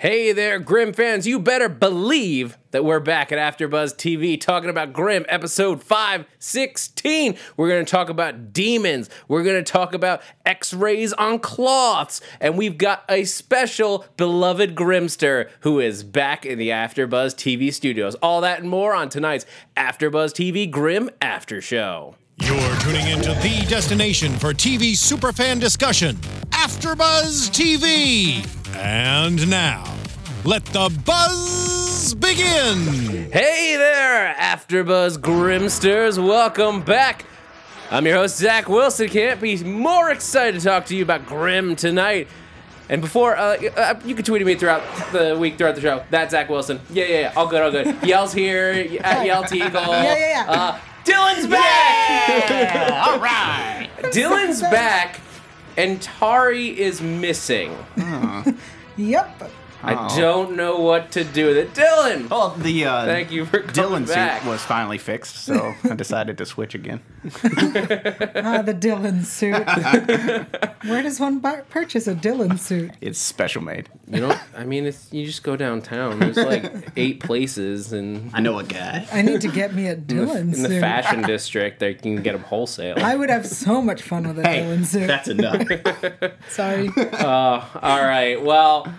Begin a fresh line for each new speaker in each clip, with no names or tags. Hey there, Grim fans. You better believe that we're back at AfterBuzz TV talking about Grim episode 516. We're going to talk about demons. We're going to talk about x-rays on cloths. And we've got a special beloved Grimster who is back in the AfterBuzz TV studios. All that and more on tonight's AfterBuzz TV Grim After Show.
You're tuning into the destination for TV superfan discussion, AfterBuzz TV. And now, let the buzz begin.
Hey there, AfterBuzz Grimsters. Welcome back. I'm your host, Zach Wilson. Can't be more excited to talk to you about Grim tonight. And before, uh, uh, you can tweet at me throughout the week, throughout the show. That's Zach Wilson. Yeah, yeah, yeah. All good, all good. Yell's here. y- At Yell Teagle.
Yeah, yeah, yeah.
Uh, Dylan's back.
all right.
Dylan's back, and Tari is missing.
Yep. Oh.
I don't know what to do with it. Dylan.
Well, the uh,
Thank you for coming
Dylan
back.
suit was finally fixed, so I decided to switch again.
Ah, the Dylan suit. Where does one bu- purchase a Dylan suit?
It's special made.
You don't. I mean, it's, you just go downtown. There's like eight places, and
I know a guy.
I need to get me a Dylan
in
suit.
the fashion district, they can get them wholesale.
I would have so much fun with a Dylan suit.
enough.
Sorry.
All right. Well,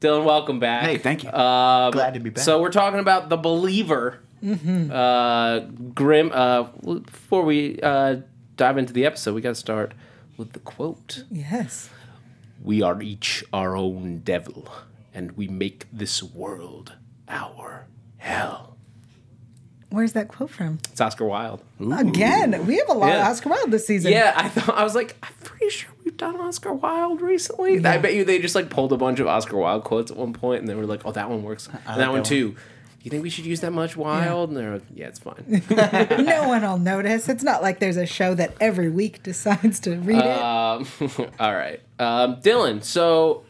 Dylan, welcome back.
hey, thank you.
Um,
Glad to be back.
So we're talking about the believer, uh, Grim. Uh, w- before we uh, dive into the episode, we got to start with the quote.
Yes.
We are each our own devil, and we make this world our hell.
Where's that quote from?
It's Oscar Wilde.
Again, we have a lot
Yeah.
of Oscar Wilde this season.
Yeah, I thought I was like, I'm pretty sure we've done Oscar Wilde recently. I bet you they just like pulled a bunch of Oscar Wilde quotes at one point, and they were like, "Oh, that one works. And that,
that
one
one.
too." You think we should use that much Wilde? And they're like, "Yeah, it's fine."
No one will notice. It's not like there's a show that every week decides to read
um, all right, um, Dylan. So,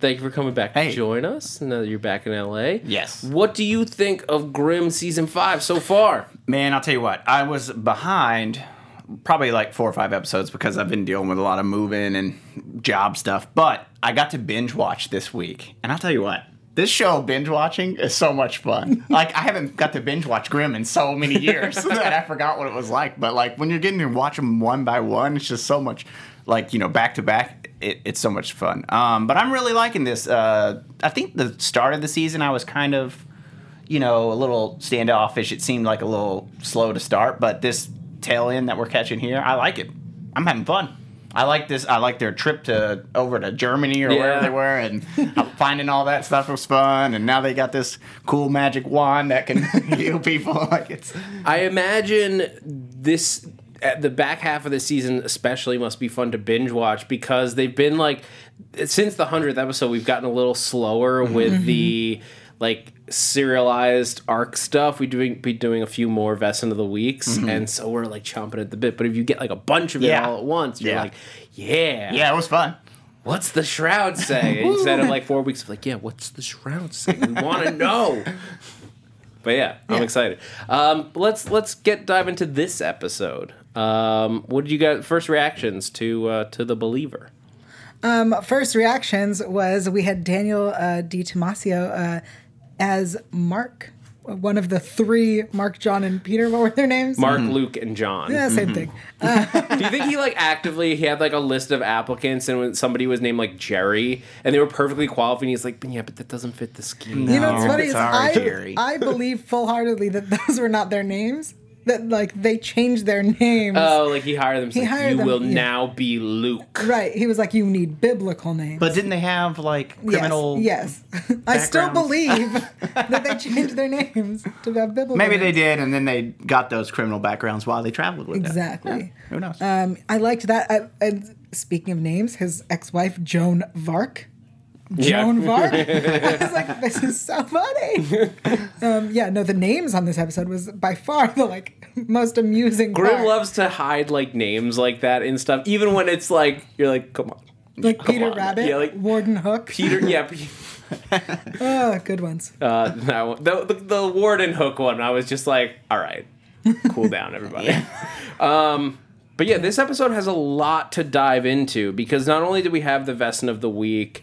thank you for coming back
Hey.
to join us. Now that you're back in LA,
Yes.
What do you think of Grimm season five so far?
Man, I'll tell you what. I was behind probably like four or five episodes because I've been dealing with a lot of moving and job stuff. But I got to binge watch this week, and I'll tell you what. This show binge watching is so much fun. like I haven't got to binge watch Grimm in so many years that I forgot what it was like. But like when you're getting to watch them one by one, it's just so much, like you know, back to back. It, it's so much fun. Um, but I'm really liking this. Uh, I think the start of the season I was kind of you know, a little standoffish. It seemed like a little slow to start, but this tail end that we're catching here, I like it. I'm having fun. I like this. I like their trip to over to Germany or
Yeah.
wherever they were, and finding all that stuff was fun. And now they got this cool magic wand that can heal people. Like it's
I imagine this at the back half of the season especially must be fun to binge watch because they've been like since the 100th episode we've gotten a little slower
Mm-hmm.
with the like serialized arc stuff we doing be doing a few more Vesson of the weeks and so we're like chomping at the bit but if you get like a bunch of it
Mm-hmm. Yeah.
all at once you're
Yeah.
like yeah
yeah, it was fun.
what's the shroud say instead of like 4 weeks of like yeah what's the shroud say we want to know but yeah, I'm excited. Um, let's let's get dive into this episode. Um, what did you guys first reactions to uh, to the believer?
it. First reactions was we had Daniel uh, D. Tomasio uh, as Mark, one of the three Mark, John, and Peter. What were their names?
Mark, Mm-hmm. Luke, and John.
Mm-hmm. Yeah, same thing.
Do you think he like actively he had like a list of applicants and when somebody was named like Jerry and they were perfectly qualified and he's like, yeah, but that doesn't fit the scheme.
You know what's
No,
funny is
sorry,
I,
Um, Jerry.
I believe full heartedly that those were not their names. That like they changed their names.
Oh, like he hired them. He's
He
like,
hired
you
them,
will
yeah.
now be Luke.
right. He was like, you need biblical names.
But didn't they have like
Yes,
criminal?
Yes. I still
backgrounds.
believe that they changed their names to have biblical.
Maybe they
names.
did, and then they got those criminal backgrounds while they traveled with them.
Exactly.
Who knows?
Um, I liked that. I, and speaking of names, his ex-wife Joan Vark. Joan Vark. I was like, this is so funny. Um, yeah, no, the names on this episode was by far the like most amusing.
Grimm
part.
loves to hide like names like that and stuff, even when it's like you're like, come on.
like Peter
on.
Rabbit,
Yeah, like-
Warden Hook.
Peter, yeah, Peter.
oh, good ones.
Uh, that one, the, the, the Warden Hook one, I was just like, all right, cool down, everybody. um, but yeah, this episode has a lot to dive into because not only do we have the Vesson of the Week,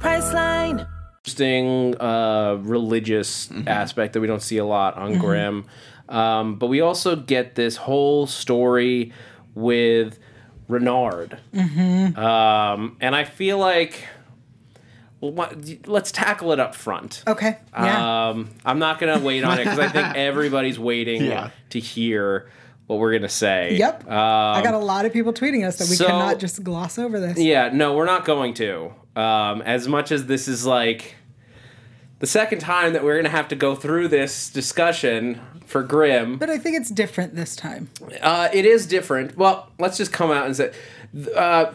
Priceline.
interesting uh, religious
Mm-hmm.
aspect that we don't see a lot on Grimm. Um, but we also get this whole story with Renard.
Mm-hmm.
Um, and I feel like well, what- let's tackle it up front.
Okay. Oh, Yeah.
Um, I'm not going to wait on it because I think everybody's waiting
Yeah.
to hear what we're going to say.
yep. I
Um,
got a lot of people tweeting us that we
so-
cannot just gloss over this.
yeah, no, we're not going to. Um, as much as this is like the second time that we're going to have to go through this discussion for Grimm,
But I think it's different this time.
uh, it is different. Well, let's just come out and say. Uh,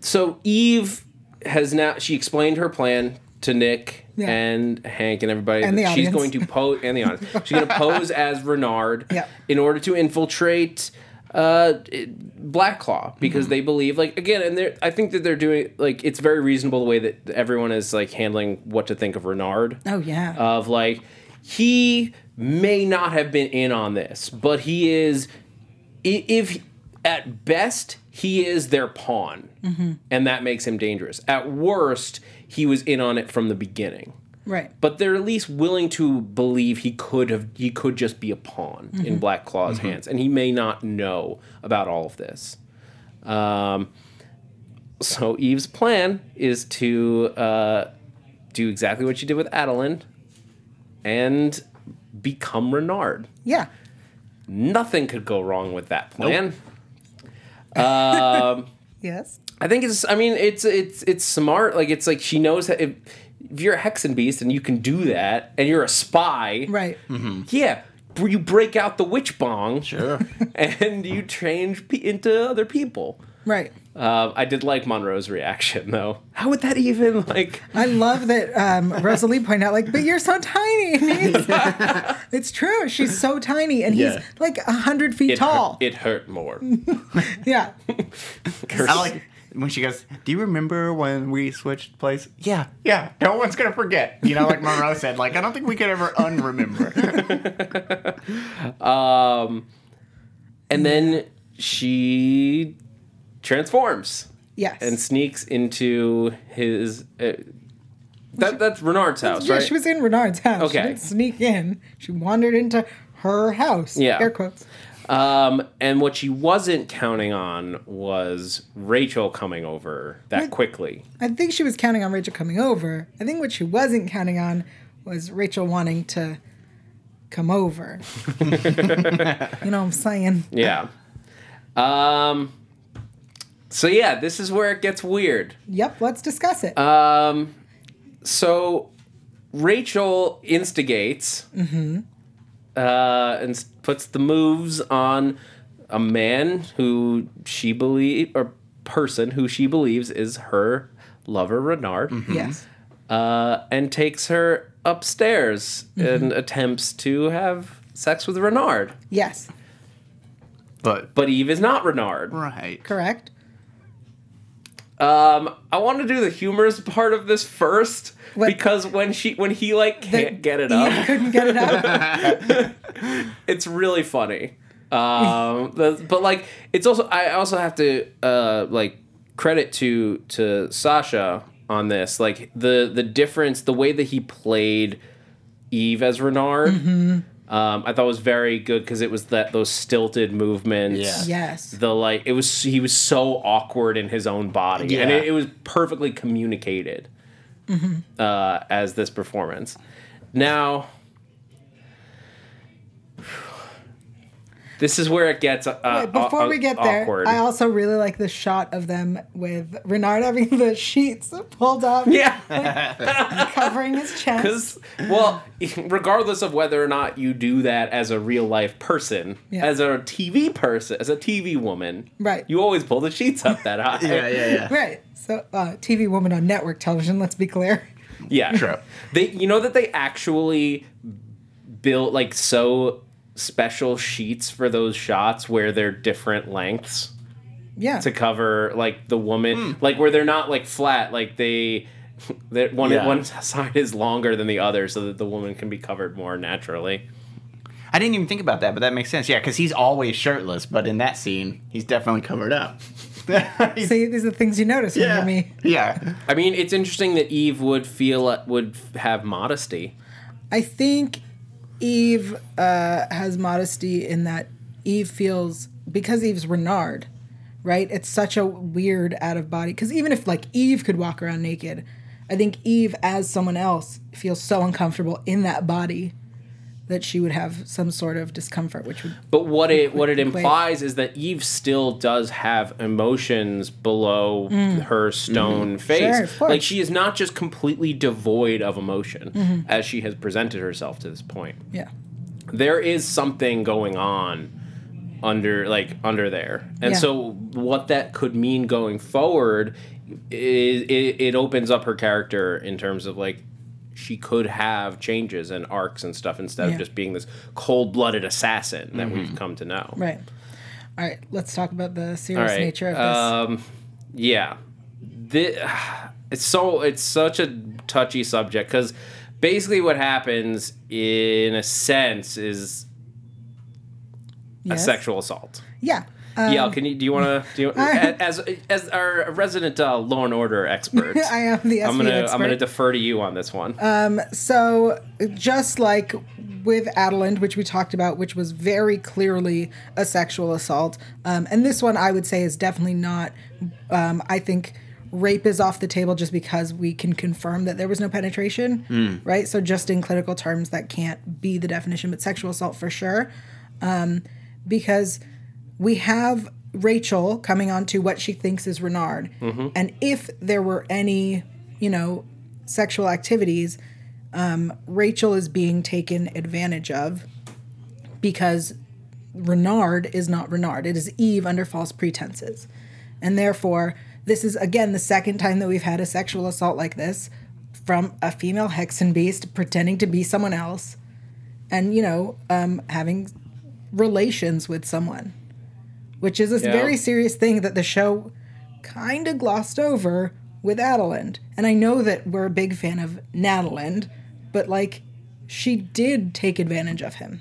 so Eve has now she explained her plan to Nick
Yeah.
and Hank and everybody.
And
that
the
she's
audience.
going to pose and the audience. She's going to pose as Renard
Yeah.
in order to infiltrate uh, Black Claw because
Mm-hmm.
they believe like again and they're I think that they're doing like it's very reasonable the way that everyone is like handling what to think of Renard
Oh yeah.
of like he may not have been in on this, but he is i- if at best he is their pawn, and that makes him dangerous. At worst, he was in on it from the beginning.
right.
But they're at least willing to believe he could have he could just be a pawn in Black Claw's hands, and he may not know about all of this. Um, so Eve's plan is to uh, do exactly what she did with Adeline and become Renard.
yeah.
Nothing could go wrong with that plan.
Yes.
I think it's. I mean, it's it's it's smart. Like it's like she knows that if, if you're a hexen beast and you can do that, and you're a spy,
Right.
Mm-hmm. Yeah, br- you break out the witch bong, sure, and you change pe- into other people.
Right.
Uh, I did like Monroe's reaction though. How would that even like?
I love that um, Rosalie pointed out, like, but you're so tiny. And he's, it's true. She's so tiny, and
Yeah.
he's like a hundred feet
It
tall.
Hurt, it hurt more.
yeah.
I like when she goes, Do you remember when we switched place? Yeah, yeah. No one's gonna forget. You know, like Monroe said, like I don't think we could ever unremember.
and then she transforms
Yes.
and sneaks into his. Uh, that that's Renard's house,
yeah,
right?
she was in Renard's house. She
Okay.
didn't sneak in. She wandered into her house.
Yeah.
Air quotes.
Um, and what she wasn't counting on was Rachel coming over that quickly.
I think she was counting on Rachel coming over. I think what she wasn't counting on was Rachel wanting to come over. you know what I'm saying?
Yeah. Um. So yeah, this is where it gets weird.
Yep, let's discuss it.
Um, So Rachel instigates uh, and s- puts the moves on a man who she believe or person who she believes is her lover Renard,
yes.
uh, and takes her upstairs and attempts to have sex with Renard.
Yes.
but
But Eve is not Renard.
right.
Correct.
I want to do the humorous part of this first
What-
because when she when he like can't
That
get it
Eve
up,
couldn't get it up.
it's really funny. Um, the- but like, it's also I also have to uh, like credit to to Sasha on this. Like the the difference, the way that he played Eve as Renard,
Mm-hmm.
um, I thought was very good because it was that those stilted movements.
Yeah.
yes.
The like it was he was so awkward in his own body, and
Yeah. Mm-hmm.
it, it was perfectly communicated uh, as this performance. Now, this is where it gets uh,
Wait, before
aw-
we get there,
awkward.
I also really like the shot of them with Renard having the sheets pulled up,
yeah,
covering his chest.
because well, regardless of whether or not you do that as a real life person,
Yeah.
as a TV person, as a TV woman,
Right.
You always pull the sheets up that high.
Yeah, yeah, yeah.
Right. So So, uh, TV woman on network television. Let's be clear.
Yeah.
True.
They you know that they actually built like so special sheets for those shots where they're different lengths
Yeah.
to cover like the woman
Hmm.
like where they're not like flat like they that one
Yeah.
one side is longer than the other so that the woman can be covered more naturally.
I didn't even think about that, but that makes sense. Yeah, because he's always shirtless, but in that scene, he's definitely covered up. He's-
See, these are the things you notice when
yeah.
you're me.
Yeah.
I mean, it's interesting that Eve would feel would have modesty.
I think Eve uh, has modesty in that Eve feels because Eve's Renard, right? It's such a weird out of body. Because even if like Eve could walk around naked, I think Eve as someone else feels so uncomfortable in that body that she would have some sort of discomfort, which would
But what it what it
Wait.
implies is that Eve still does have emotions below her stone face.
Hmm. Sure, of course. Mm-hmm.
like she is not just completely devoid of emotion as she has presented herself to this point.
yeah.
There is something going on under like under there. And
Yeah.
so what that could mean going forward is it, it opens up her character in terms of like she could have changes and arcs and stuff instead
Yeah.
of just being this cold-blooded assassin that we've come to know.
Right. All right. Let's talk about the
All
serious
right.
nature of this.
Um, yeah, Thi- it's so it's such a touchy subject because basically what happens in a sense is
Yes?
a sexual assault.
Yeah. Uh,
yeah,
Um,
can you do you want to do you, as as our resident uh, Law and Order expert?
I am the
I'm gonna
SVU expert. Uh,
I'm gonna defer to you on this one.
So, just like with Adeland, which we talked about, which was very clearly a sexual assault, um, and this one I would say is definitely not. Um, I think rape is off the table just because we can confirm that there was no penetration, right? So, just in clinical terms, that can't be the definition, but sexual assault for sure. Um, because we have Rachel coming on to what she thinks is Renard. And if there were any, you know, sexual activities, Rachel is being taken advantage of because Renard is not Renard. It is Eve under false pretenses. And therefore, this is again the second time that we've had a sexual assault like this from a female hexen beast pretending to be someone else and, you know, um, having relations with someone, which is this
Yeah.
very serious thing that the show kind of glossed over with Adeland. And I know that we're a big fan of Nataland, but like she did take advantage of him.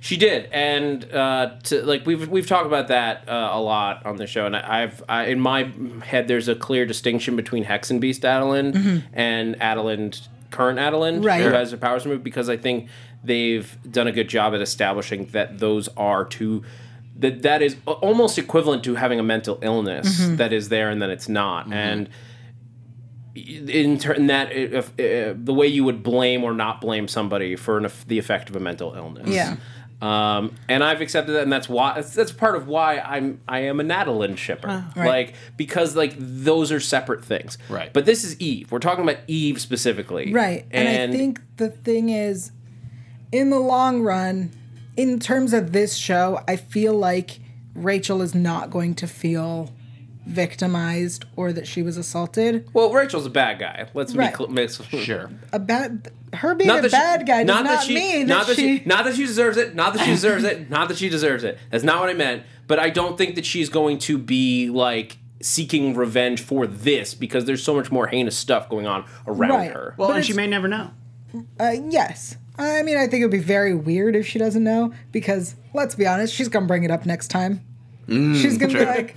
She did, and uh, to, like we've we've talked about that uh, a lot on the show, and I, I've I, in my head there's a clear distinction between Hex and Beast Adeland and Adeland current Adeland
Mm-hmm. Right.
who has her powers removed because I think they've done a good job at establishing that those are two that that is a- almost equivalent to having a mental illness
Mm-hmm.
that is there and then it's not and in turn that if, uh, the way you would blame or not blame somebody for an, the effect of a mental illness
Yeah.
um, and I've accepted that, and that's why that's, that's part of why I'm I am a Natalin shipper,
Ah, Right.
like because like those are separate things,
Right.
But this is Eve. We're talking about Eve specifically,
Right. And, I think the thing is, in the long run, in terms of this show, I feel like Rachel is not going to feel victimized or that she was assaulted.
well, Rachel's a bad guy. Let's be
Right.
cl- miss-
Sure.
A bad, her being a bad
she,
guy does not,
that she,
mean
not
that she,
not that she deserves it, not that she deserves it, not that she deserves it. That's not what I meant. But I don't think that she's going to be like seeking revenge for this because there's so much more heinous stuff going on around
Right.
her.
Well,
But
and she
it's-
may never know.
Uh, yes. I mean, I think it would be very weird if she doesn't know because, let's be honest, she's going to bring it up next time. she's going to be
true.
like,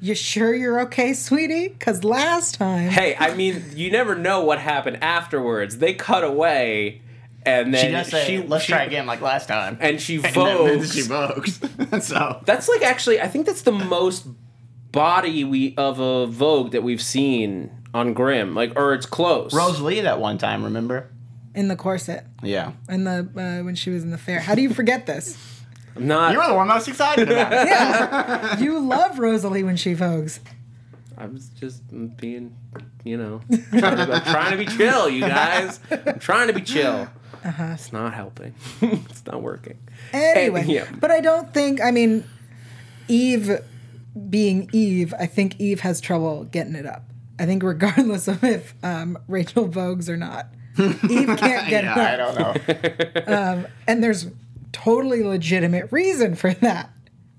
You sure you're okay, sweetie? Because last time.
Hey, I mean, you never know what happened afterwards. They cut away, and then
She does say, "Let's try again, like last time."
And she
then
votes.
She vogues. so
That's like actually, I think that's the most body we of a Vogue that we've seen on Grimm, like or it's close.
Rosalie that one time, remember?
In the corset.
Yeah.
In the uh, when she was in the fair. How do you forget this?
I'm not.
You were the one most excited about it.
You love Rosalie when she vogues.
I was just being, you know, I'm trying to, I'm trying to be chill, you guys. I'm trying to be chill. It's not helping. it's not working.
Anyway,
yeah.
but I don't think. I mean, Eve being Eve, I think Eve has trouble getting it up. I I think regardless of if um, Rachel vogues or not, Eve can't get
yeah,
enough.
I don't know.
And there's totally legitimate reason for that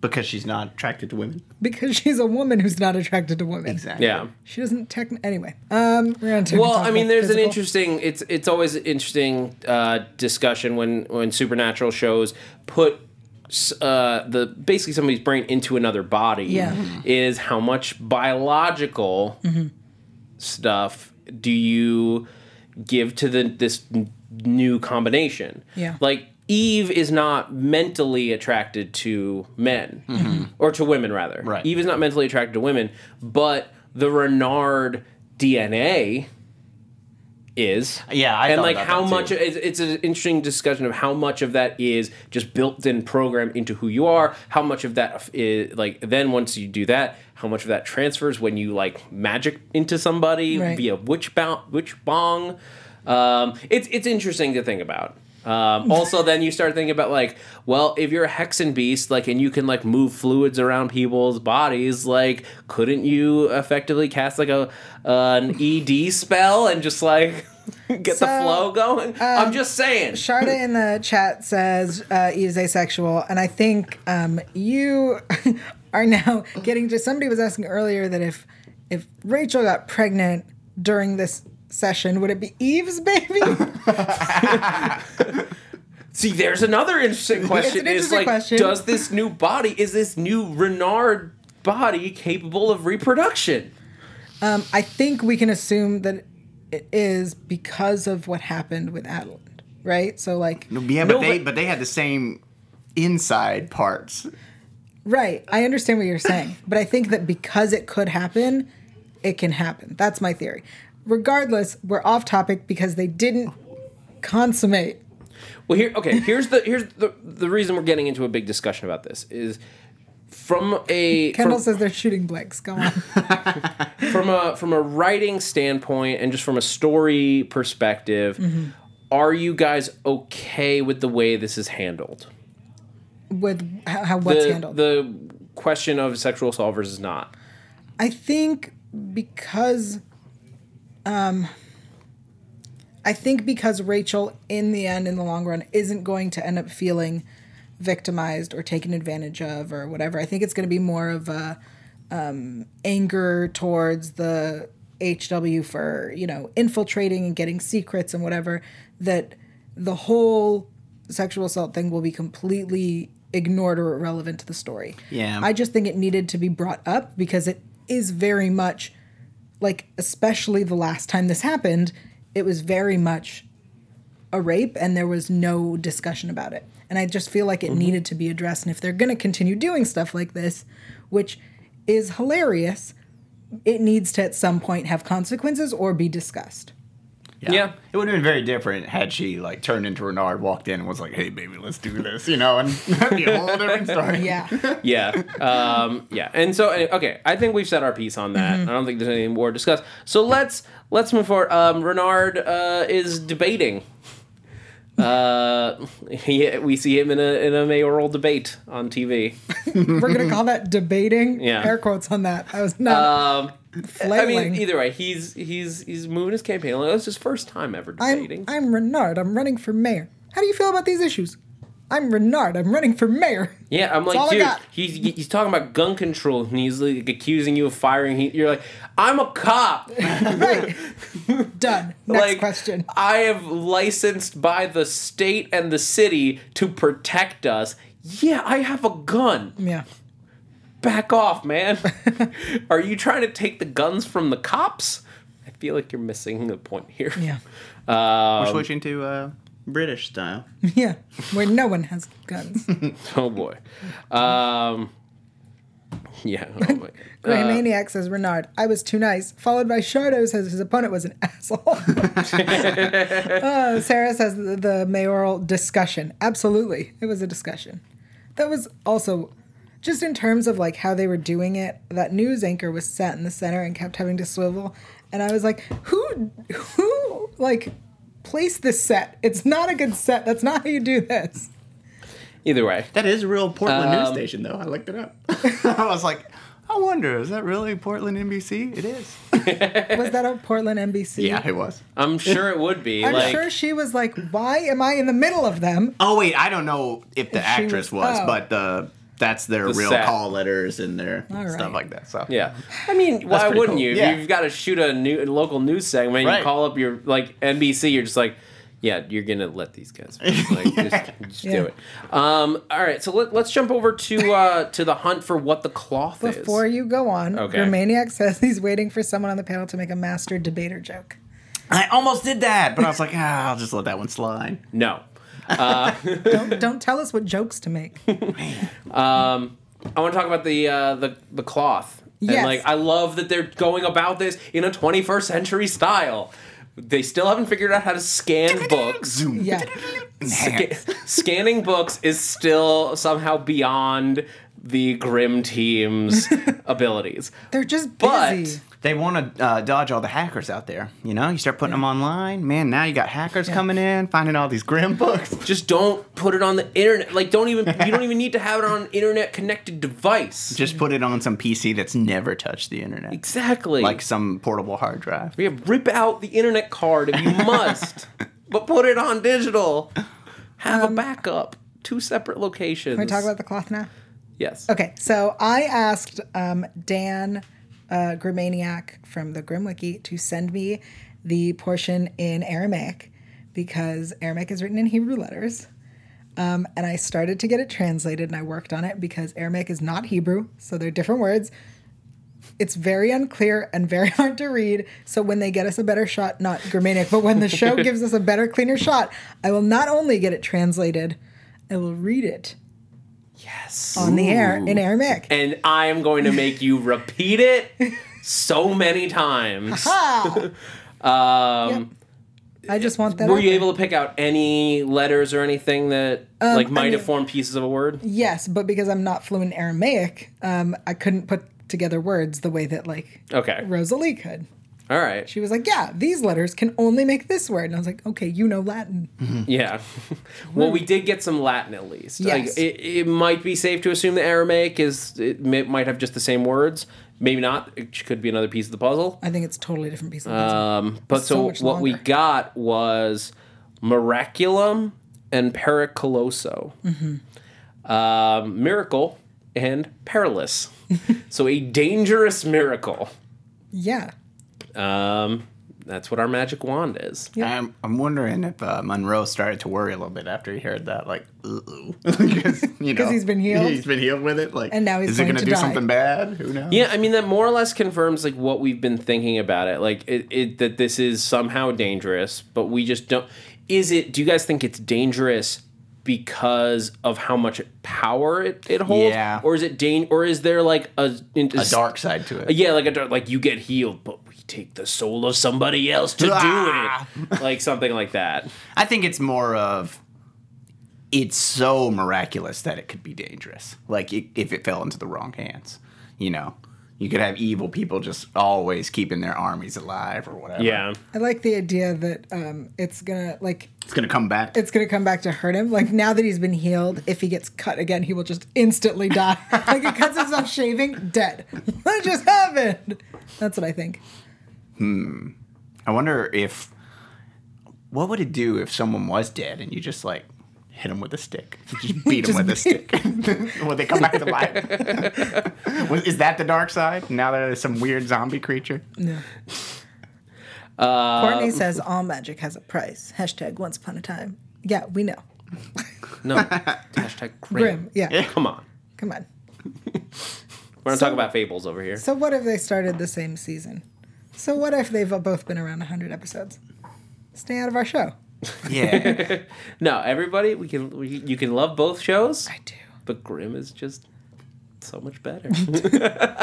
because she's not attracted to women.
because she's a woman who's not attracted to women.
Exactly.
Yeah.
She doesn't technically. Anyway, um, we're on to
Well, I mean, there's an
physical.
interesting. It's it's always an interesting uh, discussion when when supernatural shows put s- uh, the basically somebody's brain into another body.
Yeah. Mm-hmm. Mhm.
is how much biological stuff do you give to the this n- new combination?
Yeah.
like Eve is not mentally attracted to men or to women rather.
Right.
Eve is not mentally attracted to women, but the Renard DNA is.
Yeah, I
and
thought
like
about
how
that,
much
too.
it's, it's an interesting discussion of how much of that is just built-in program into who you are. How much of that is like then once you do that, how much of that transfers when you like magic into somebody
Right.
via witch bong, witch bong. Um, it's it's interesting to think about. Um, also, then you start thinking about like, well, if you're a hexen beast, like, and you can like move fluids around people's bodies, like, couldn't you effectively cast like a an ED spell and just like get the
So, um,
flow going? I'm just saying.
Sharda in the chat says uh, Eve is asexual, and I think um, you are now getting to. Somebody was asking earlier that if if Rachel got pregnant during this session, would it be Eve's baby?
See, there's another interesting question. is
interesting
like,
question.
does this new body, is this new Renard body capable of reproduction?
um, I think we can assume that it is because of what happened with Adeline, right? So like,
Yeah, but
No,
they
but-
but, they had the same inside parts.
right? I understand what you're saying, but I think that because it could happen, it can happen. That's my theory. Regardless, we're off topic because they didn't consummate
Well, here, okay. Here's the here's the the reason we're getting into a big discussion about this is from a
Kendall
from,
says they're shooting blanks. Go on.
from a from a writing standpoint and just from a story perspective.
Mm-hmm.
Are you guys okay with the way this is handled?
With how, how what's
the,
handled.
the question of sexual assault versus not.
I think because, um, I think because Rachel, in the end, in the long run, isn't going to end up feeling victimized or taken advantage of or whatever. I think it's going to be more of a um, anger towards the HW for you know infiltrating and getting secrets and whatever. That the whole sexual assault thing will be completely ignored or irrelevant to the story.
Yeah.
I just think it needed to be brought up because it is very much like especially the last time this happened, it was very much a rape and there was no discussion about it. And I just feel
Mm-hmm.
like it needed to be addressed. And if they're going to continue doing stuff like this, which is hilarious, it needs to at some point have consequences or be discussed.
Yeah.
It would have been very different had she like turned into Renard, walked in, and was like, "Hey, baby, let's do this," you know, and that'd be a whole different story.
Yeah.
Yeah. Um, yeah. And so anyway, okay, I think we've said our piece on that.
Mm-hmm.
I don't think there's anything more to discuss. So let's let's move forward. Um, Renard uh, is debating. Uh, he, we see him in a in a mayoral debate on TV.
We're going to call that debating.
Yeah.
Air quotes on that. I was not
Um, I
flailing.
mean, either way, he's he's he's moving his campaign. Like, that's his first time ever
I'm,
debating.
I'm Renard. I'm running for mayor. How do you feel about these issues? I'm Renard. I'm running for mayor.
yeah, I'm
That's
like,
all I
dude,
got.
he's he's talking about gun control, and he's like accusing you of firing. He, you're like, I'm a cop.
Right. Done. Next
like,
question.
I have licensed by the state and the city to protect us. Yeah, I have a gun.
Yeah.
Back off, man. Are you trying to take the guns from the cops? I feel like you're missing the point here.
Yeah.
Um,
We're switching to uh, British style.
Yeah. Where no one has guns.
Oh boy. Um, yeah. Oh my God.
Gray Maniac says Renard, I was too nice. Followed by Shardo says his opponent was an asshole. Uh, Sarah says the, the mayoral discussion. Absolutely. It was a discussion. That was also just in terms of like how they were doing it. That news anchor was sat in the center and kept having to swivel. And I was like, who, who, like, placed this set? It's not a good set. That's not how you do this.
Either way. Um,
That is a real Portland news station, though. I looked it up. I was like, I wonder, is that really Portland NBC? It is.
Was that on Portland NBC?
Yeah, it was.
I'm sure it would be.
I'm
like,
sure she was like, "Why am I in the middle of them?"
Oh wait, I don't know if the
If she
actress
was-
was,
oh.
but the that's their
The
real
set.
call letters and their
All
stuff
right.
like that. So
Yeah, I mean, why
pretty
wouldn't
cool.
you? If
Yeah.
You've got to shoot a new local news segment. You
Right.
call up your like NBC. You're just like, yeah, you're gonna let these guys. Like, just just do
Yeah.
it. Um, all right, so let, let's jump over to uh, to the hunt for what the cloth
Before
is.
you go on,
Okay.
your maniac says he's waiting for someone on the panel to make a master debater joke.
I almost did that, but I was like, ah, I'll just let that one slide.
No,
Don't don't tell us what jokes to make.
I want to talk about the uh, the the cloth. And
Yes.
like, I love that they're going about this in a 21st century style. They still haven't figured out how to scan books.
Zoom.
Yeah,
Sca- scanning books is still somehow beyond the Grim team's abilities.
they're just
But-
busy.
They want to uh, dodge all the hackers out there. You know, you start putting them online. Man, now you got hackers coming in, finding all these grim books.
Just don't put it on the internet. Like, don't even you don't even need to have it on an internet connected device.
Just put it on some PC that's never touched the internet,
Exactly.
like some portable hard drive.
Yeah, rip out the internet card if you must, but put it on digital. Have a backup. Two separate locations.
Um, Can we talk about the cloth now?
yes.
Okay, so I asked um, Dan uh, Grimaniac from the Grimwiki to send me the portion in Aramaic because Aramaic is written in Hebrew letters. Um, and I started to get it translated and I worked on it because Aramaic is not Hebrew, so they're different words. It's very unclear and very hard to read. So when they get us a better shot, not Germanic, but when the show gives us a better, cleaner shot, I will not only get it translated, I will read it
Yes.
on the air in Aramaic.
and I am going to make you repeat it so many times. um,
I just want that.
Were
out
you
there.
able to pick out any letters or anything that like
Um, I
might have
mean-
formed pieces of a word?
Yes, but because I'm not fluent in Aramaic, um, I couldn't put together words the way that like
Okay.
Rosalie could.
All right.
She was like, "Yeah, these letters can only make this word," and I was like, "Okay, you know Latin."
Yeah. well, we did get some Latin at least.
Yes.
Like, it, it might be safe to assume that Aramaic is it may, might have just the same words. Maybe not. It could be another piece of the puzzle.
I think it's a totally different piece of puzzle.
Um, but
So
so,
much
what we
longer.
got was miraculum and paracoloso,
Mm-hmm.
um, miracle and perilous. so a dangerous miracle.
yeah,
Um, that's what our magic wand is.
I'm, I'm wondering if uh, Monroe started to worry a little bit after he heard that, like, uh-oh. because you know,
he's been healed?
He's been healed with it. Like,
And now he's
is he
going
gonna
to
do
die.
something bad? Who knows?
Yeah, I mean that more or less confirms like what we've been thinking about it. Like it, it that this is somehow dangerous, but we just don't. Is it? Do you guys think it's dangerous because of how much power it, it holds?
Yeah.
Or is it dan- Or is there like a in-
A dark side to it.
Yeah, like a dark. Like you get healed, but we take the soul of somebody else to
Ah.
do it. Like something like that.
I think it's more of it's so miraculous that it could be dangerous. Like i if it fell into the wrong hands, you know, you could have evil people just always keeping their armies alive or whatever.
Yeah.
I like the idea that um, it's gonna like
it's gonna come back.
it's gonna come back to hurt him. Like now that he's been healed, if he gets cut again, he will just instantly die. like he cuts himself shaving, dead. that just happened. That's what I think.
I wonder if what would it do if someone was dead and you just like hit them with a stick, just beat them with a stick? would they come back to life? Was- Is that the dark side? Now that it's some weird zombie creature.
Uh,
Courtney
Um,
says all magic has a price. Hashtag once upon a time. Yeah, we know.
No. Hashtag grim.
Grim. Yeah.
Come on.
Come on.
We're not talking about fables over here.
So what if they started the same season? So what if they've both been around 100 episodes? Stay out of our show.
Yeah,
No, everybody, we can we, you can love both shows.
I do.
but Grimm is just so much better.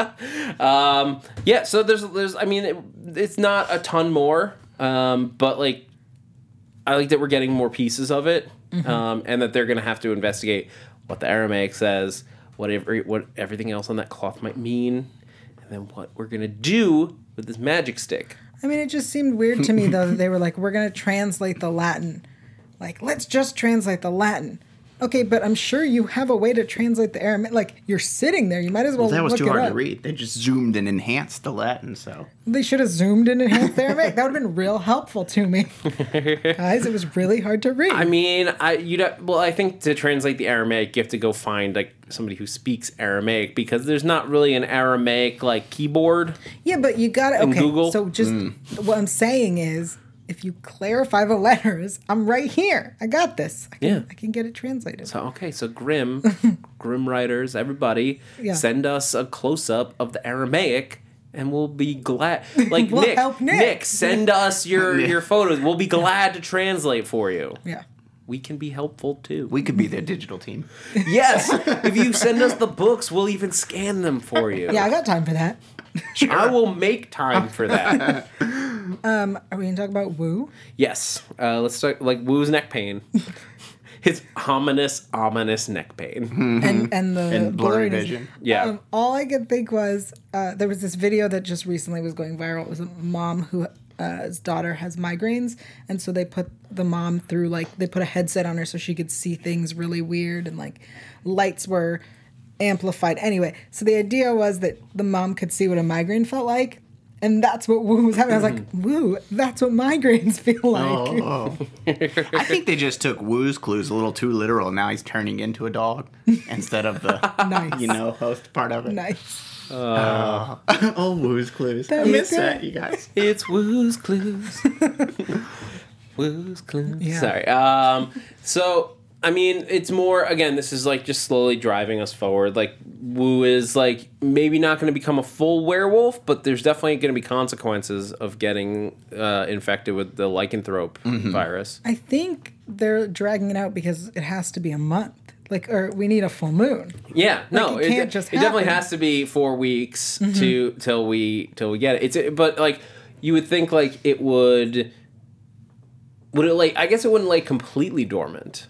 um, yeah, so there's there's I mean it, it's not a ton more, um, but like I like that we're getting more pieces of it, um, and that they're gonna have to investigate what the Aramaic says, whatever what everything else on that cloth might mean, and then what we're gonna do with this magic stick.
I mean, it just seemed weird to me though that they were like, we're gonna translate the Latin. Like, let's just translate the Latin. Okay, but I'm sure you have a way to translate the Aramaic. Like you're sitting there, you might as well.
Well, that was
look
too
it
hard to
up.
read. They just zoomed and enhanced the Latin, so.
They should have zoomed in and enhanced the Aramaic. That would have been real helpful to me, guys. It was really hard to read.
I mean, I you know, well, I think to translate the Aramaic, you have to go find like somebody who speaks Aramaic because there's not really an Aramaic like keyboard.
yeah, but you got to
In
okay.
Google? Hmm.
So just what I'm saying is, if you clarify the letters, I'm right here. I got this. I can,
Yeah.
I can get it translated.
So okay, so Grim, Grim writers, everybody,
Yeah.
send us a close up of the Aramaic. And we'll be glad, like
We'll
Nick,
help Nick.
send us your your photos. We'll be glad to translate for you.
yeah.
We can be helpful too.
We could be their digital team.
yes, if you send us the books, we'll even scan them for you.
Yeah, I got time for that.
I will make time for that.
Are we gonna talk about woo?
Yes. Uh, let's start like Wu's neck pain. His ominous, ominous neck pain.
and and the
Mm-hmm. And blurry
blurriness.
vision.
Yeah.
Um, all I could think was uh, there was this video that just recently was going viral. It was a mom who. Uh, his daughter has migraines, and so they put the mom through like they put a headset on her so she could see things really weird, and like lights were amplified. Anyway, so the idea was that the mom could see what a migraine felt like, and that's what Woo was having. I was like,
Mm-hmm.
Woo, that's what migraines feel like.
Oh. I think they just took Woo's clues a little too literal. Now he's turning into a dog instead of the,
Nice.
you know, host part of it.
Nice.
Oh, Woo's clues. I
you
miss
go.
that, you guys.
It's Wu's clues. Wu's clues.
Yeah.
Sorry. Um, so I mean, it's more again. This is like just slowly driving us forward. Like Wu is like maybe not going to become a full werewolf, but there's definitely going to be consequences of getting uh, infected with the lycanthrope virus.
I think they're dragging it out because it has to be a month. Like, or we need a full moon.
Yeah, no,
it
it,
can't just
it definitely
happen. Mm-hmm.
has to be four weeks to till we till we get it. It's it- but like you would think like it would would it like I guess it wouldn't like completely dormant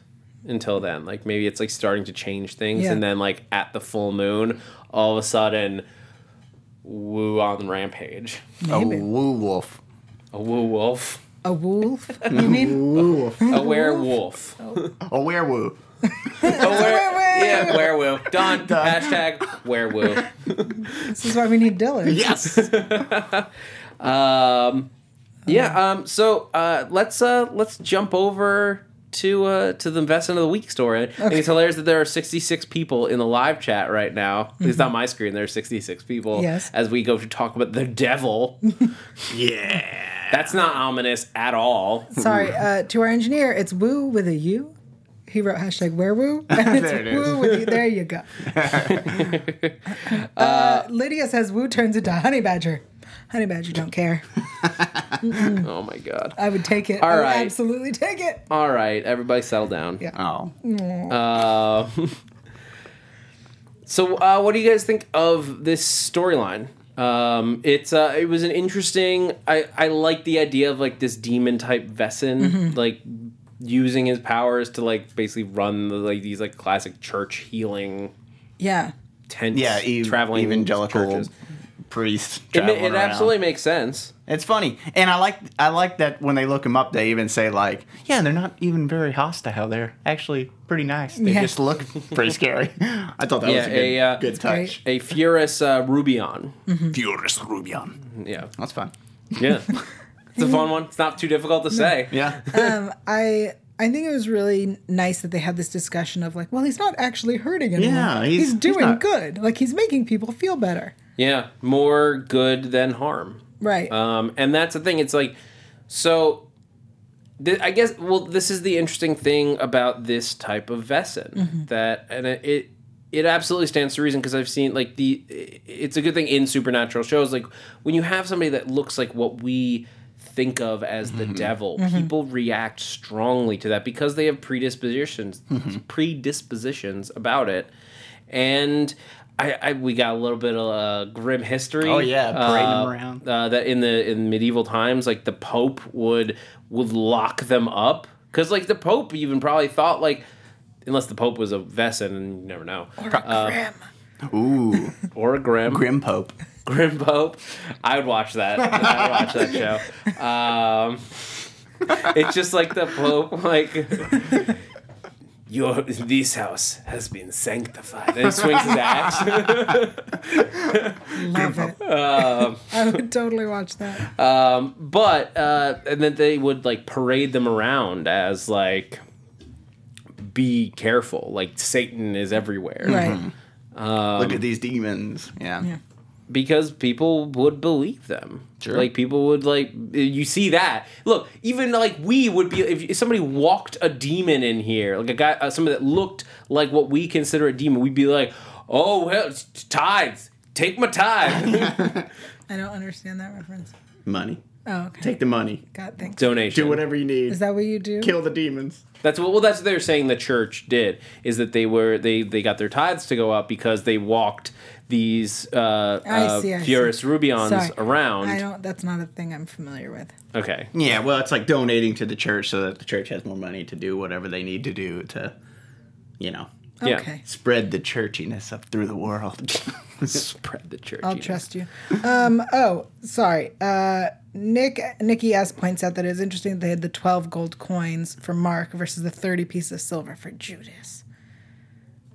until then. Like maybe it's like starting to change things,
Yeah.
and then like at the full moon, all of a sudden, woo on rampage,
A Woo Wolf.
a woo wolf,
A wolf? You mean?
a werewolf,
A werewolf.
a were-
wait,
yeah, werewolf. Done. Hashtag werewolf.
This is why we need Dylan.
Yes.
Um, yeah. Um, so uh, let's uh, let's jump over to uh, to the investment of the week story. I think it's hilarious that there are 66 people in the live chat right now. At least on my screen, there are 66 people.
Mm-hmm. Yes.
As we go to talk about the devil,
yeah.
that's not ominous at all.
Sorry, uh, to our engineer, it's woo with a U. He wrote hashtag where woo. And it's
There it is.
woo with you. There you go. uh, Lydia says woo turns into honey badger. Honey badger don't care.
Oh my god.
I would take it.
All
I would
right.
absolutely take it.
All right, everybody, settle down.
Yeah.
Oh.
Uh, so, uh, what do you guys think of this storyline? Um, it's uh, it was an interesting. I I like the idea of like this demon type Vessin like using his powers to like basically run the, like these like classic church healing
Yeah.
tent
Yeah, e-
traveling
evangelical
churches.
priest.
It, ma-
traveling
it
around.
absolutely makes sense.
It's funny, and I like I like that when they look them up, they even say like, "Yeah, they're not even very hostile. They're actually pretty nice. They
Yeah.
just look pretty scary." I thought that
Yeah,
was a good,
a, uh,
good touch.
A Furious uh, Rubion.
Furious Rubion.
Yeah,
That's fun.
yeah. It's a fun one. It's not too difficult to say.
Yeah,
I I think it was really nice that they had this discussion of like, well, he's not actually hurting anyone.
Yeah, he's- he's
doing
not-
good. Like he's making people feel better.
Yeah, more good than harm.
Right.
Uh,
Um, and that's the thing. It's like, so, th- I guess. Well, this is the interesting thing about this type of vessel that, and it, it it absolutely stands to reason because I've seen like the. i- It's a good thing in supernatural shows, like when you have somebody that looks like what we think of as the
Mm-hmm.
devil, people react strongly to that because they have predispositions,
Mm-hmm.
predispositions about it, and. I, I, we got a little bit of uh, grim history.
Oh, yeah, parading
uh,
them around.
uh, that in the in medieval times, like the Pope would would lock them up because like the Pope even probably thought like. Unless the Pope was a Vessin, and you never know, uh,
Grim.
Ooh,
or a Grim, Grim,
Grim Pope.
Pope, I would watch that. I would watch that show. Um, it's just like the Pope, like Your this house has been sanctified. And he swings his axe.
Love it.
um,
I would totally watch that.
but uh, and then they would like parade them around as like be careful like satan is everywhere
Mm-hmm.
Right.
Look at these demons. Yeah.
because people would believe them
Sure.
like people would like you see that look even like we would be if if somebody walked a demon in here like a guy uh, somebody that looked like what we consider a demon we'd be like oh well it's tithes take my tithe
I don't understand that reference.
Money.
Oh, okay.
Take the money.
God, thanks.
donation
Do whatever you need.
Is that what you do?
Kill the demons.
That's what. Well, that's what they're saying. The church did is that they were they they got their tithes to go up because they walked these uh, uh,
see, I see.
Furus Rubions
Sorry. I
around.
don't. That's not a thing I'm familiar with.
Okay,
Yeah, well, it's like donating to the church so that the church has more money to do whatever they need to do to, you know,
yeah.
Okay.
spread the churchiness up through the world.
Spread the church.
I'll trust you. Um, oh, sorry. Uh, Nick Nikki S points out that it's interesting that they had the twelve gold coins for Mark versus the thirty pieces of silver for Judas.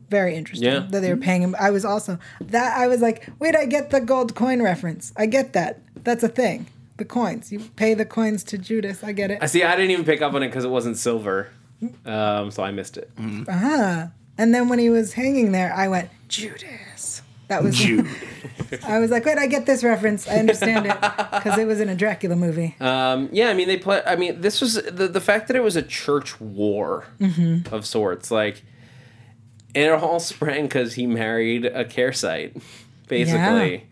Very interesting
Yeah.
that they were paying him. I was also that I was like, wait, I get the gold coin reference. I get that. That's a thing. The coins. You pay the coins to Judas. I get it.
I see. I didn't even pick up on it because it wasn't silver, um, so I missed it.
And then when he was hanging there, I went, Judas. That was
Jude.
I was like, wait, I get this reference. I understand it because it was in a Dracula movie.
Um, yeah, I mean they play. I mean this was the the fact that it was a church war of sorts. Like, and it all sprang because he married a caresite, basically.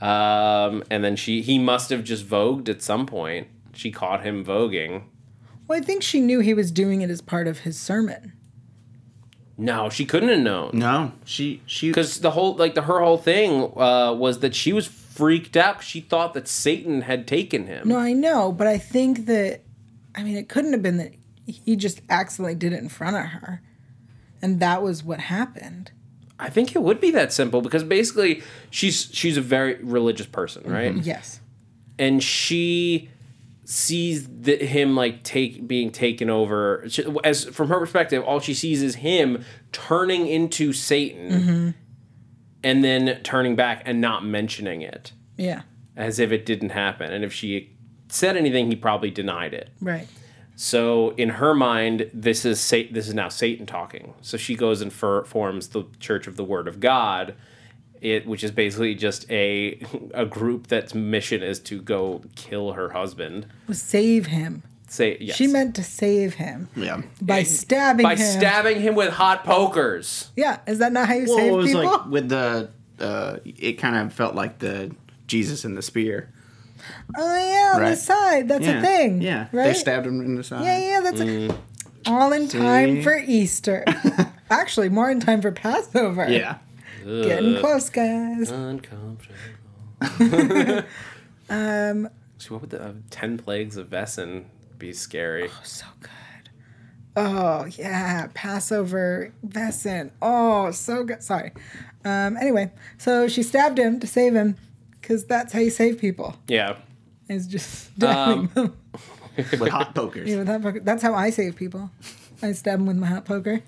Um, and then she he must have just vogued at some point. She caught him voguing.
Well, I think she knew he was doing it as part of his sermon.
No, she couldn't have known
no, she she
because the whole like the her whole thing uh, was that she was freaked out. 'cause She thought that Satan had taken him.
No, I know, but I think that, I mean, it couldn't have been that he just accidentally did it in front of her. And that was what happened.
I think it would be that simple because basically she's she's a very religious person, right?
Yes.
and she sees the, him like take being taken over She- as from her perspective all she sees is him turning into satan and then turning back and not mentioning it
Yeah.
as if it didn't happen and if she said anything he probably denied it
Right.
so in her mind this is Sa- this is now satan talking so she goes and for- forms the church of the word of god it which is basically just a a group that's mission is to go kill her husband
Was save him.
say yes.
She meant to save him
yeah.
by stabbing
by
him.
stabbing him with hot pokers.
yeah. Is that not how you
Well,
save
it was
people?
like with the uh, it kind of felt like the Jesus and the spear.
oh, yeah. On the
Right.
side. That's
yeah.
a thing.
Yeah,
Right?
they stabbed him Mm. in the side.
Yeah, yeah, that's a, all in time for Easter. Actually, more in time for Passover.
Yeah.
Getting close, guys.
Uncomfortable. um. So what would the uh, ten plagues of Vessen be scary?
So good. Oh, yeah. Passover, Vesson. Oh, so good. Sorry. Um, anyway, so she stabbed him to save him because that's how you save people.
Yeah.
Is just stabbing them.
with hot pokers.
With that poker. That's how I save people. I stab them with my hot poker.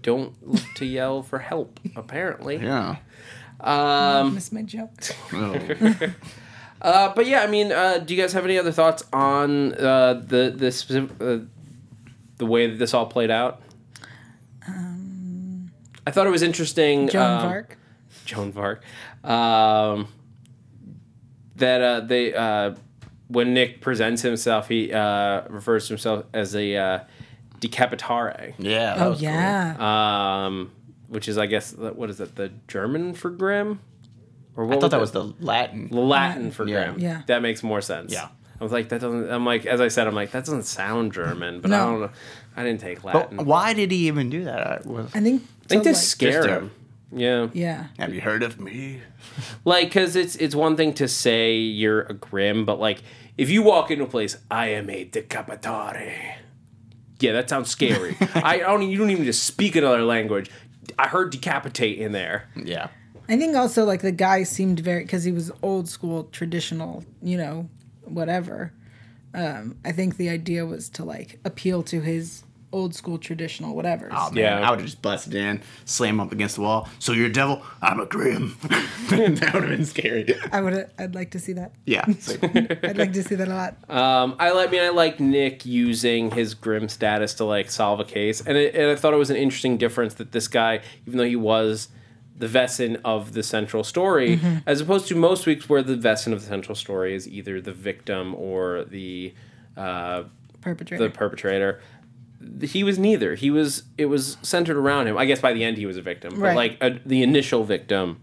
Don't look to yell for help. Apparently.
Yeah.
Missed my joke.
Oh.
Uh, but yeah, I mean, uh, do you guys have any other thoughts on uh, the the specific, uh, the way that this all played out? Um. I thought it was interesting.
Um, Joan
um,
Vark.
Joan Vark. Um, that uh, they uh, when Nick presents himself, he uh, refers to himself as a uh, decapitare,
Yeah. that
Oh,
was cool.
yeah.
um, which is I guess the- what is that the German for grim, or what
I thought that was the Latin.
the Latin for
Yeah.
grim.
Yeah.
that makes more sense.
Yeah.
I was like that doesn't. I'm like as I said, I'm like that doesn't sound German, but I
No.
don't know. I didn't take
But
Latin.
why did he even do that? I was-
I think.
I think
so,
they
like-
scare
to-
him. Yeah.
Yeah.
Have you heard of me?
Like, cause it's it's one thing to say you're a grim, but like if you walk into a place, I am a decapitare. Yeah, that sounds scary. I don't. e, You don't even just speak another language. I heard decapitate in there.
Yeah.
I think also like the guy seemed very because he was old school, traditional, you know, whatever. Um, I think the idea was to like appeal to his old school traditional whatever.
Oh, man,
Yeah.
I would have just busted in, slam up against the wall. So you're a devil? I'm a grim. that would have been scary.
I would I'd like to see that.
Yeah. it's like-
I'd like to see that a lot.
Um, I like- I mean, I like Nick using his grim status to like solve a case, and it, and I thought it was an interesting difference that this guy, even though he was the veteran of the central story,
Mm-hmm.
as opposed to most weeks where the veteran of the central story is either the victim or the uh,
Perpetrator.
the perpetrator. He was neither. He was. It was centered around him. I guess by the end he was a victim, but
Right.
like a, the initial victim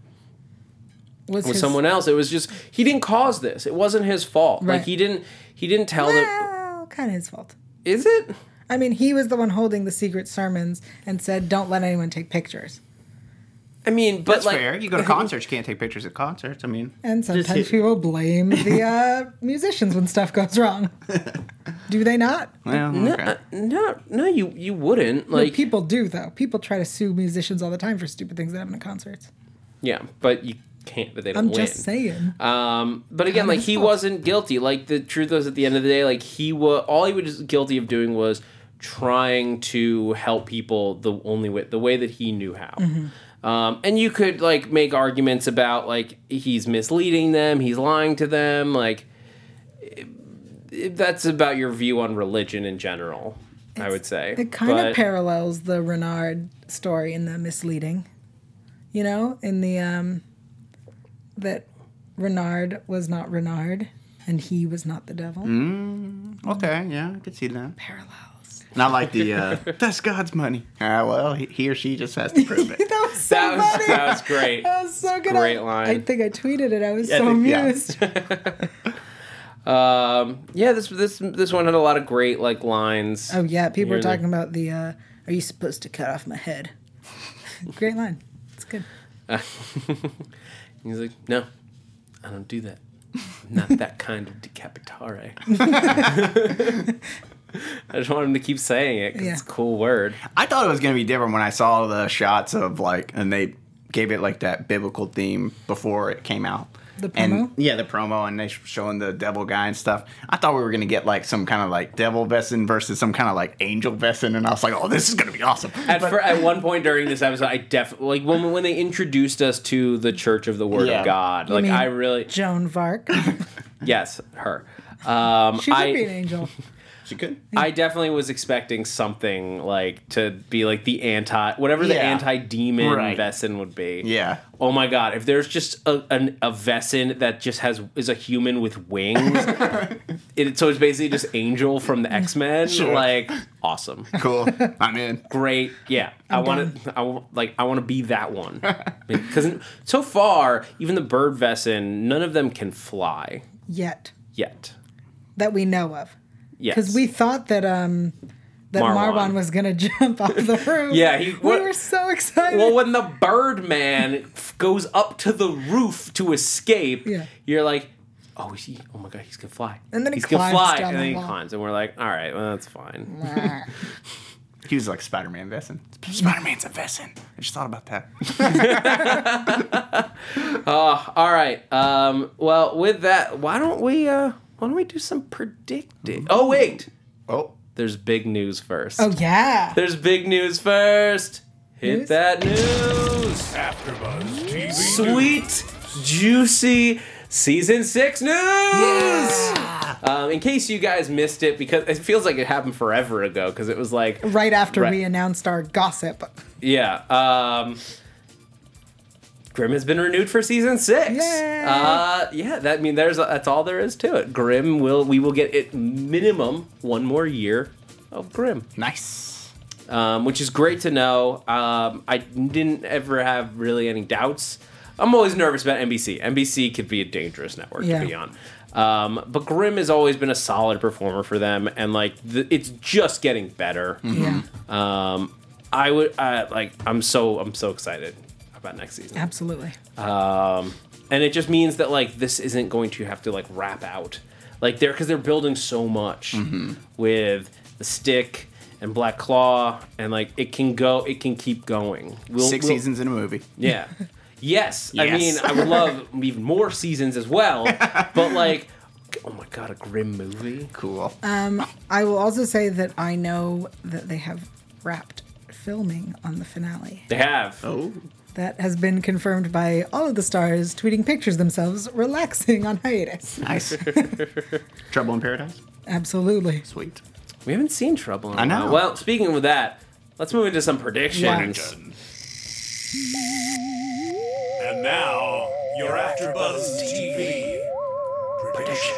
was
with
his-
someone else. It was just he didn't cause this. It wasn't his fault.
Right.
Like he didn't. He didn't tell them.
Well, kind of his fault.
Is it?
I mean, he was the one holding the secret sermons and said, "Don't let anyone take pictures."
I mean, but
That's
like,
fair. You go to concerts, you can't take pictures at concerts. I mean,
And
Just
sometimes
hit-
people blame the uh, musicians when stuff goes wrong. do they not?
well, okay.
no, no, you you wouldn't
No,
like.
people do though. People try to sue musicians all the time for stupid things that happen at concerts.
yeah, but you can't. But they don't
I'm
win.
just saying.
Um, but again,
Kinda
like he
sucks.
wasn't guilty. Like the truth was, at the end of the day, like he was all he was guilty of doing was trying to help people the only way, the way that he knew how.
Mm-hmm.
Um, and you could like make arguments about like he's misleading them, he's lying to them. Like it- it- that's about your view on religion in general. I would say
It kind
But-
of parallels the Renard story in the misleading. You know, in the um that Renard was not Renard and he was not the devil.
Mm.
okay, yeah, I could see that.
Parallels.
Not like the, uh, that's God's money. Ah, well, he, he or she just has to prove it.
That was so
that was
funny.
that was great.
That was so good.
Great
I,
line.
I think I tweeted it. I was
Yeah, I
so
think- yeah.
amused.
Um, yeah, this this this one had a lot of great like lines.
Oh yeah, people were
Nearly.
talking about the uh are you supposed to cut off my head? Great line. It's good.
He's like, no, I don't do that. I'm not that kind of decapitare. I just want him to keep saying it 'cause
Yeah.
it's a cool word.
I thought it was going to be different when I saw the shots of like, and they gave it like that biblical theme before it came out.
The promo?
And, yeah, the promo, and they sh- showing the devil guy and stuff. I thought we were going to get like some kind of like devil vessin versus some kind of like angel vessin, and I was like, oh, this is going to be awesome.
At, fir- at one point during this episode, I definitely like when when they introduced us to the Church of the Word
Yeah.
of God. Like
mean-
I really
Joan Vark.
yes her. Um,
She should
I,
be an angel.
She could.
I definitely was expecting something like to be like the anti whatever the
Yeah.
anti demon
Right.
Vessin would be.
Yeah.
Oh my god, if there's just a an, a Vessin that just has is a human with wings. it, so it's basically just Angel from the X-Men like awesome.
Cool. I'm in.
Great. Yeah. i want to I w- like I want to be that one. Cuz so far even the bird Vessin, none of them can fly
Yet.
yet.
That we know of.
Yes.
Because we thought that um that Marwan.
Marwan.
was gonna jump off the roof.
Yeah, he- what-
we were so excited.
Well, when the Birdman f- goes up to the roof to escape,
Yeah.
you're like, oh, is he? Oh my god, he's gonna fly.
And then he
he's gonna
climbs
fly,
down
and
the
then he
wall.
climbs, and we're like, all right, well, that's fine.
He was like Spider Man vessin. Spider Man's a vessin. I just thought about that.
All right. Um, well, with that, why don't we? Uh, why don't we do some predicting? Oh wait,
Oh,
there's big news first.
oh yeah.
There's big news first. Hit
News?
that news.
AfterBuzz TV.
sweet, juicy season six news. Um, in case you guys missed it, because it feels like it happened forever ago, because it was like,
Right after
Right.
we announced our gossip.
yeah. Um, Grimm has been renewed for season six.
Yay.
Uh, yeah, that I mean there's that's all there is to it. Grimm will we will get at minimum one more year of Grimm
nice.
um, which is great to know. Um, I didn't ever have really any doubts. I'm always nervous about NBC. NBC could be a dangerous network
Yeah.
to be on. Um, but Grimm has always been a solid performer for them, and like the, it's just getting better.
Yeah.
Um, I would uh, like. I'm so I'm so excited about next season.
Absolutely.
Um, and it just means that like this isn't going to have to like wrap out like they're because they're building so much
Mm-hmm.
with the stick and Black Claw and like it can go it can keep going. We'll,
6
we'll-
seasons in a movie.
Yeah. Yes, I
Yes.
mean I would love even more seasons as well, but like Oh my god, a grim movie.
Cool.
Uh,
I will also say that I know that they have wrapped filming on the finale.
They have.
oh,
That has been confirmed by all of the stars tweeting pictures themselves relaxing on hiatus.
nice. Trouble in Paradise.
Absolutely.
Sweet.
We haven't seen Trouble. In a
I know.
While. Well, speaking of that, let's move into some predictions.
And now, your AfterBuzz TV predictions.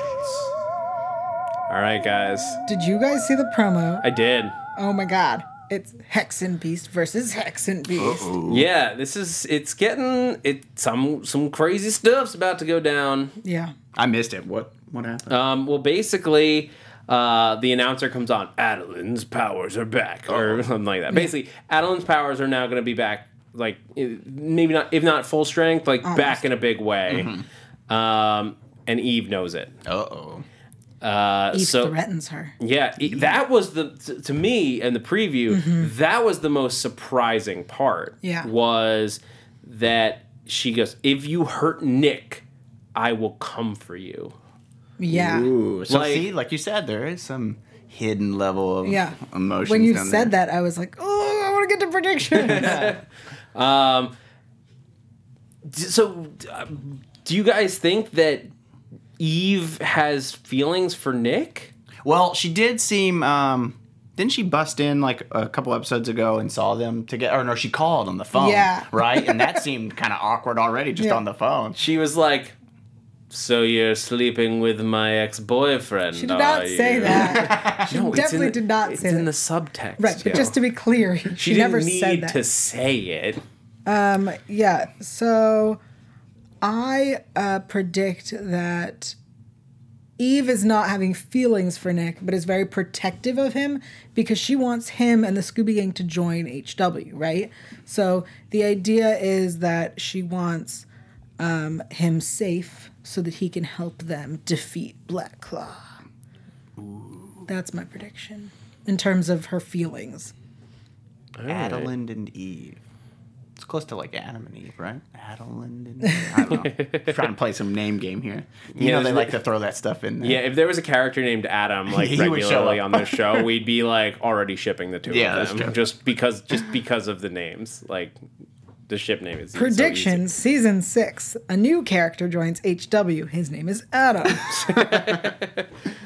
All right, guys.
Did you guys see the promo?
I did.
Oh my god. It's Hexen Beast versus Hexen Beast.
Yeah, this is it's getting it some some crazy stuff's about to go down.
Yeah.
I missed it. What? What happened?
Um, well, basically, uh, the announcer comes on. Adeline's powers are back, or something like that. Basically, Adeline's powers are now going to be back, like i- maybe not if not full strength, like back in a big way. Um, and Eve knows it.
Uh oh.
Uh,
Eve
so
threatens her.
yeah, e- that was the t- to me and the preview. That was the most surprising part.
Mm-hmm. Yeah.
was that she goes, "If you hurt Nick, I will come for you."
Yeah.
Ooh. So
Like-
see, like you said, there is some hidden level of
Yeah.
emotions.
When you
down
said
there.
that, I was like, oh, I want to get to predictions.
D- So, d- uh, do you guys think that Eve has feelings for Nick?
Well, she did seem. um didn't she bust in like a couple episodes ago and saw them together? Or no, she called on the phone.
Yeah.
Right? And that seemed kind of awkward already just
Yeah.
on the phone.
She was like, "So you're sleeping with my ex-boyfriend?"
she did not say that.
No,
it's in definitely the- did not
It's
say
in
that.
the subtext.
Right. But just to be clear, she,
she didn't
never
need
said that.
to say it.
Yeah. So I uh, predict that Eve is not having feelings for Nick, but is very protective of him because she wants him and the Scooby Gang to join HW, right? So the idea is that she wants um, him safe so that he can help them defeat Black Claw. That's my prediction in terms of her feelings.
Adeline and Eve. It's close to like Adam and Eve, right? Adeline and Eve. I don't know. Trying to play some name game here. You
Yeah,
know they
there's
like to throw that stuff in there.
Yeah, if there was a character named Adam like
He would show
regularly
up.
on this show, we'd be like already shipping the two
Yeah,
of
that's
them
true.
just because just because of the names. Like the ship name is so easy.
Predictions season six. A new character joins HW. His name is Adam.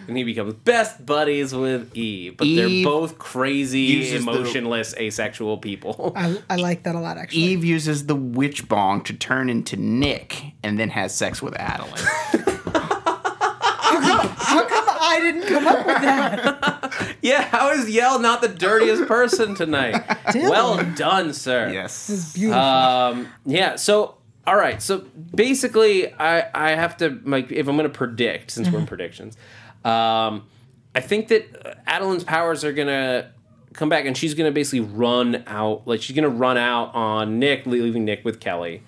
and he becomes best buddies with Eve, but
Eve
they're both crazy,
uses the-
emotionless, asexual people.
I, I like that a lot, actually.
Eve uses the witch bong to turn into Nick and then has sex with Adeline.
How come I didn't come up with that?
yeah, how is Yell not the dirtiest person tonight?
Damn.
well done, sir.
yes.
Beautiful.
Um, yeah. So, all right. So basically, I I have to like if I'm going to predict since we're in predictions, um, I think that uh, Adeline's powers are gonna come back and she's gonna basically run out. Like she's gonna run out on Nick, leaving Nick with Kelly.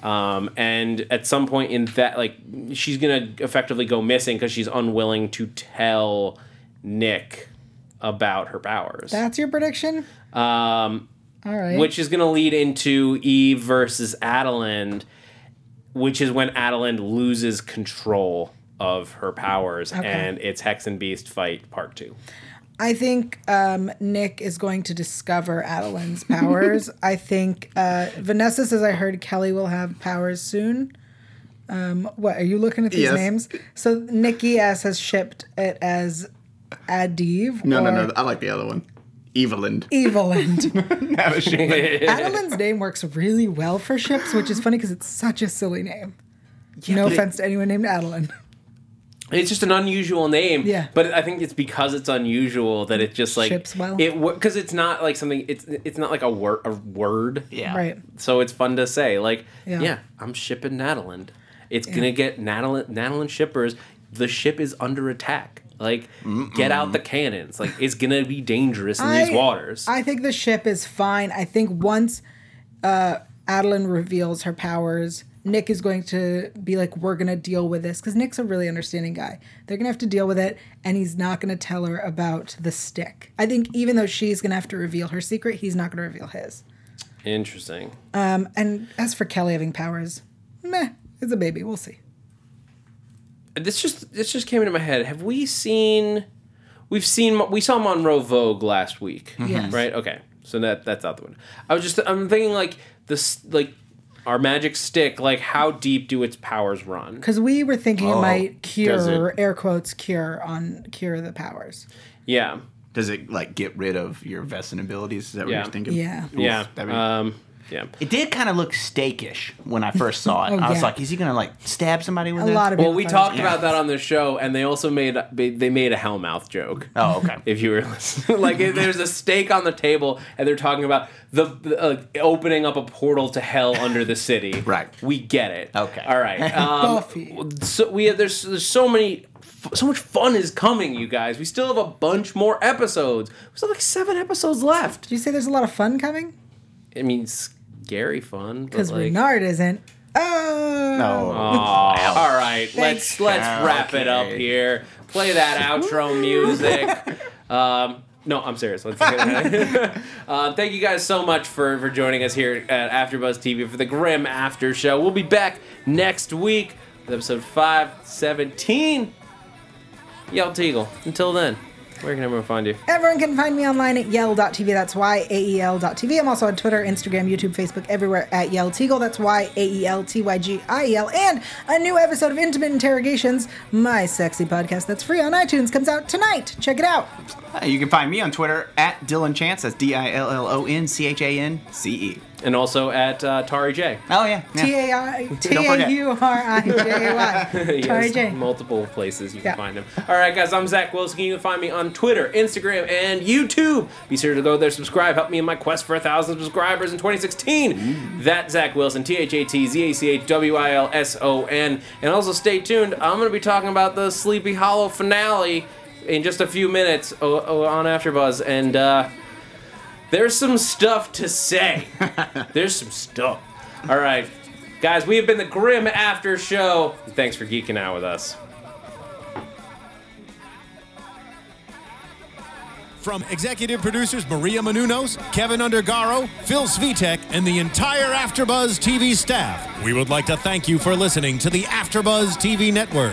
Um, and at some point in that, like she's gonna effectively go missing because she's unwilling to tell Nick about her powers.
That's your prediction?
Um,
All right.
which is going to lead into Eve versus Adeline, which is when Adeline loses control of her powers, and it's Hex and Beast fight part two.
I think um, Nick is going to discover Adeline's powers. I think uh, Vanessa says I heard Kelly will have powers soon. Um, what are you looking at these
Yes.
names? So Nikki S has shipped it as Adiv.
No, no,
or
no. I like the other one. Evelyn.
Evelyn.
That was she.
Adeline's name works really well for ships, which is funny because it's such a silly name. no offense to anyone named Adeline.
It's just an unusual name,
Yeah.
But I think it's because it's unusual that it just like
Ships well.
It because it's not like something. It's it's not like a word a word,
yeah.
Right.
so it's fun to say. Like,
Yeah.
yeah, I'm shipping Natalie. It's gonna get Natalie Natalie shippers. The ship is under attack. Like, get out the cannons. Like, it's gonna be dangerous in these
I-
waters.
I think the ship is fine. I think once uh, Adeline reveals her powers, Nick is going to be like, "We're gonna deal with this," because Nick's a really understanding guy. They're gonna have to deal with it, and he's not gonna tell her about the stick. I think even though she's gonna have to reveal her secret, he's not gonna reveal his.
Interesting.
Um, and as for Kelly having powers, meh, it's a baby. We'll see.
this just this just came into my head. Have we seen? We've seen we saw Monroe Vogue last week.
Mm-hmm. Yes.
Right. Okay. So that that's out the window. I was just I'm thinking like this like our magic stick. Like how deep do its powers run?
Because we were thinking it might
Oh, does
cure, air quotes, cure on cure the powers.
Yeah.
Does it like get rid of your vesting abilities? Is that what
Yeah.
you're thinking?
Yeah. Uh,
Oof,
Yeah.
that'd be-
Um. Yeah.
it did kind of look steakish when I first saw it.
Oh,
I was
yeah.
like, is he gonna like stab somebody with
A
it?
lot of
Well,
people
we
thought it
talked
was-
about that on the show, and they also made they made a hellmouth joke.
Oh, okay.
if you were listening. like if there's a steak on the table and they're talking about the uh, opening up a portal to hell under the city
Right.
we get it
Okay.
all right um,
Buffy.
so we have there's, there's so many f- so much fun is coming you guys we still have a bunch more episodes we still have like seven episodes left
Did you say there's a lot of fun coming?
i mean scary fun
Because
because like,
Renard isn't. Oh.
Oh,
all right let's
Thanks.
let's
Ah,
wrap it up
okay.
here play that outro music um no, I'm serious. Let's get it. uh, thank you guys so much for, for joining us here at AfterBuzz TV for the Grim After Show. We'll be back next week with episode 517. Y'all Teagle. Until then, where can everyone find you?
Everyone can find me online at yell.tv. That's Y A E L.tv. I'm also on Twitter, Instagram, YouTube, Facebook, everywhere at Yell Teagle. That's Y A E L T Y G I E L. And a new episode of Intimate Interrogations, my sexy podcast that's free on iTunes, comes out tonight. Check it out.
Uh, You can find me on Twitter at Dylan Chance. That's D I L L O N C H A N C E.
And also at uh, Tari J.
Oh yeah. yeah.
T A I T
forget.
A U R I J A Y.
He
Tari
has
J.
multiple places you
Yeah.
can find him. All right, guys, I'm Zach Wilson. You can find me on Twitter, Instagram, and YouTube. Be sure to go there, subscribe, help me in my quest for a thousand subscribers in 2016. That Zach Wilson, T H A T Z A C H W I L S O N. And also stay tuned. I'm going to be talking about the Sleepy Hollow finale in just a few minutes o- o- on AfterBuzz, and uh, there's some stuff to say. There's some stuff. All right. Guys, we have been the Grim After Show. Thanks for geeking out with us.
From executive producers Maria Manunos, Kevin Undergaro, Phil Svitek, and the entire Afterbuzz TV staff, we would like to thank you for listening to the Afterbuzz TV network.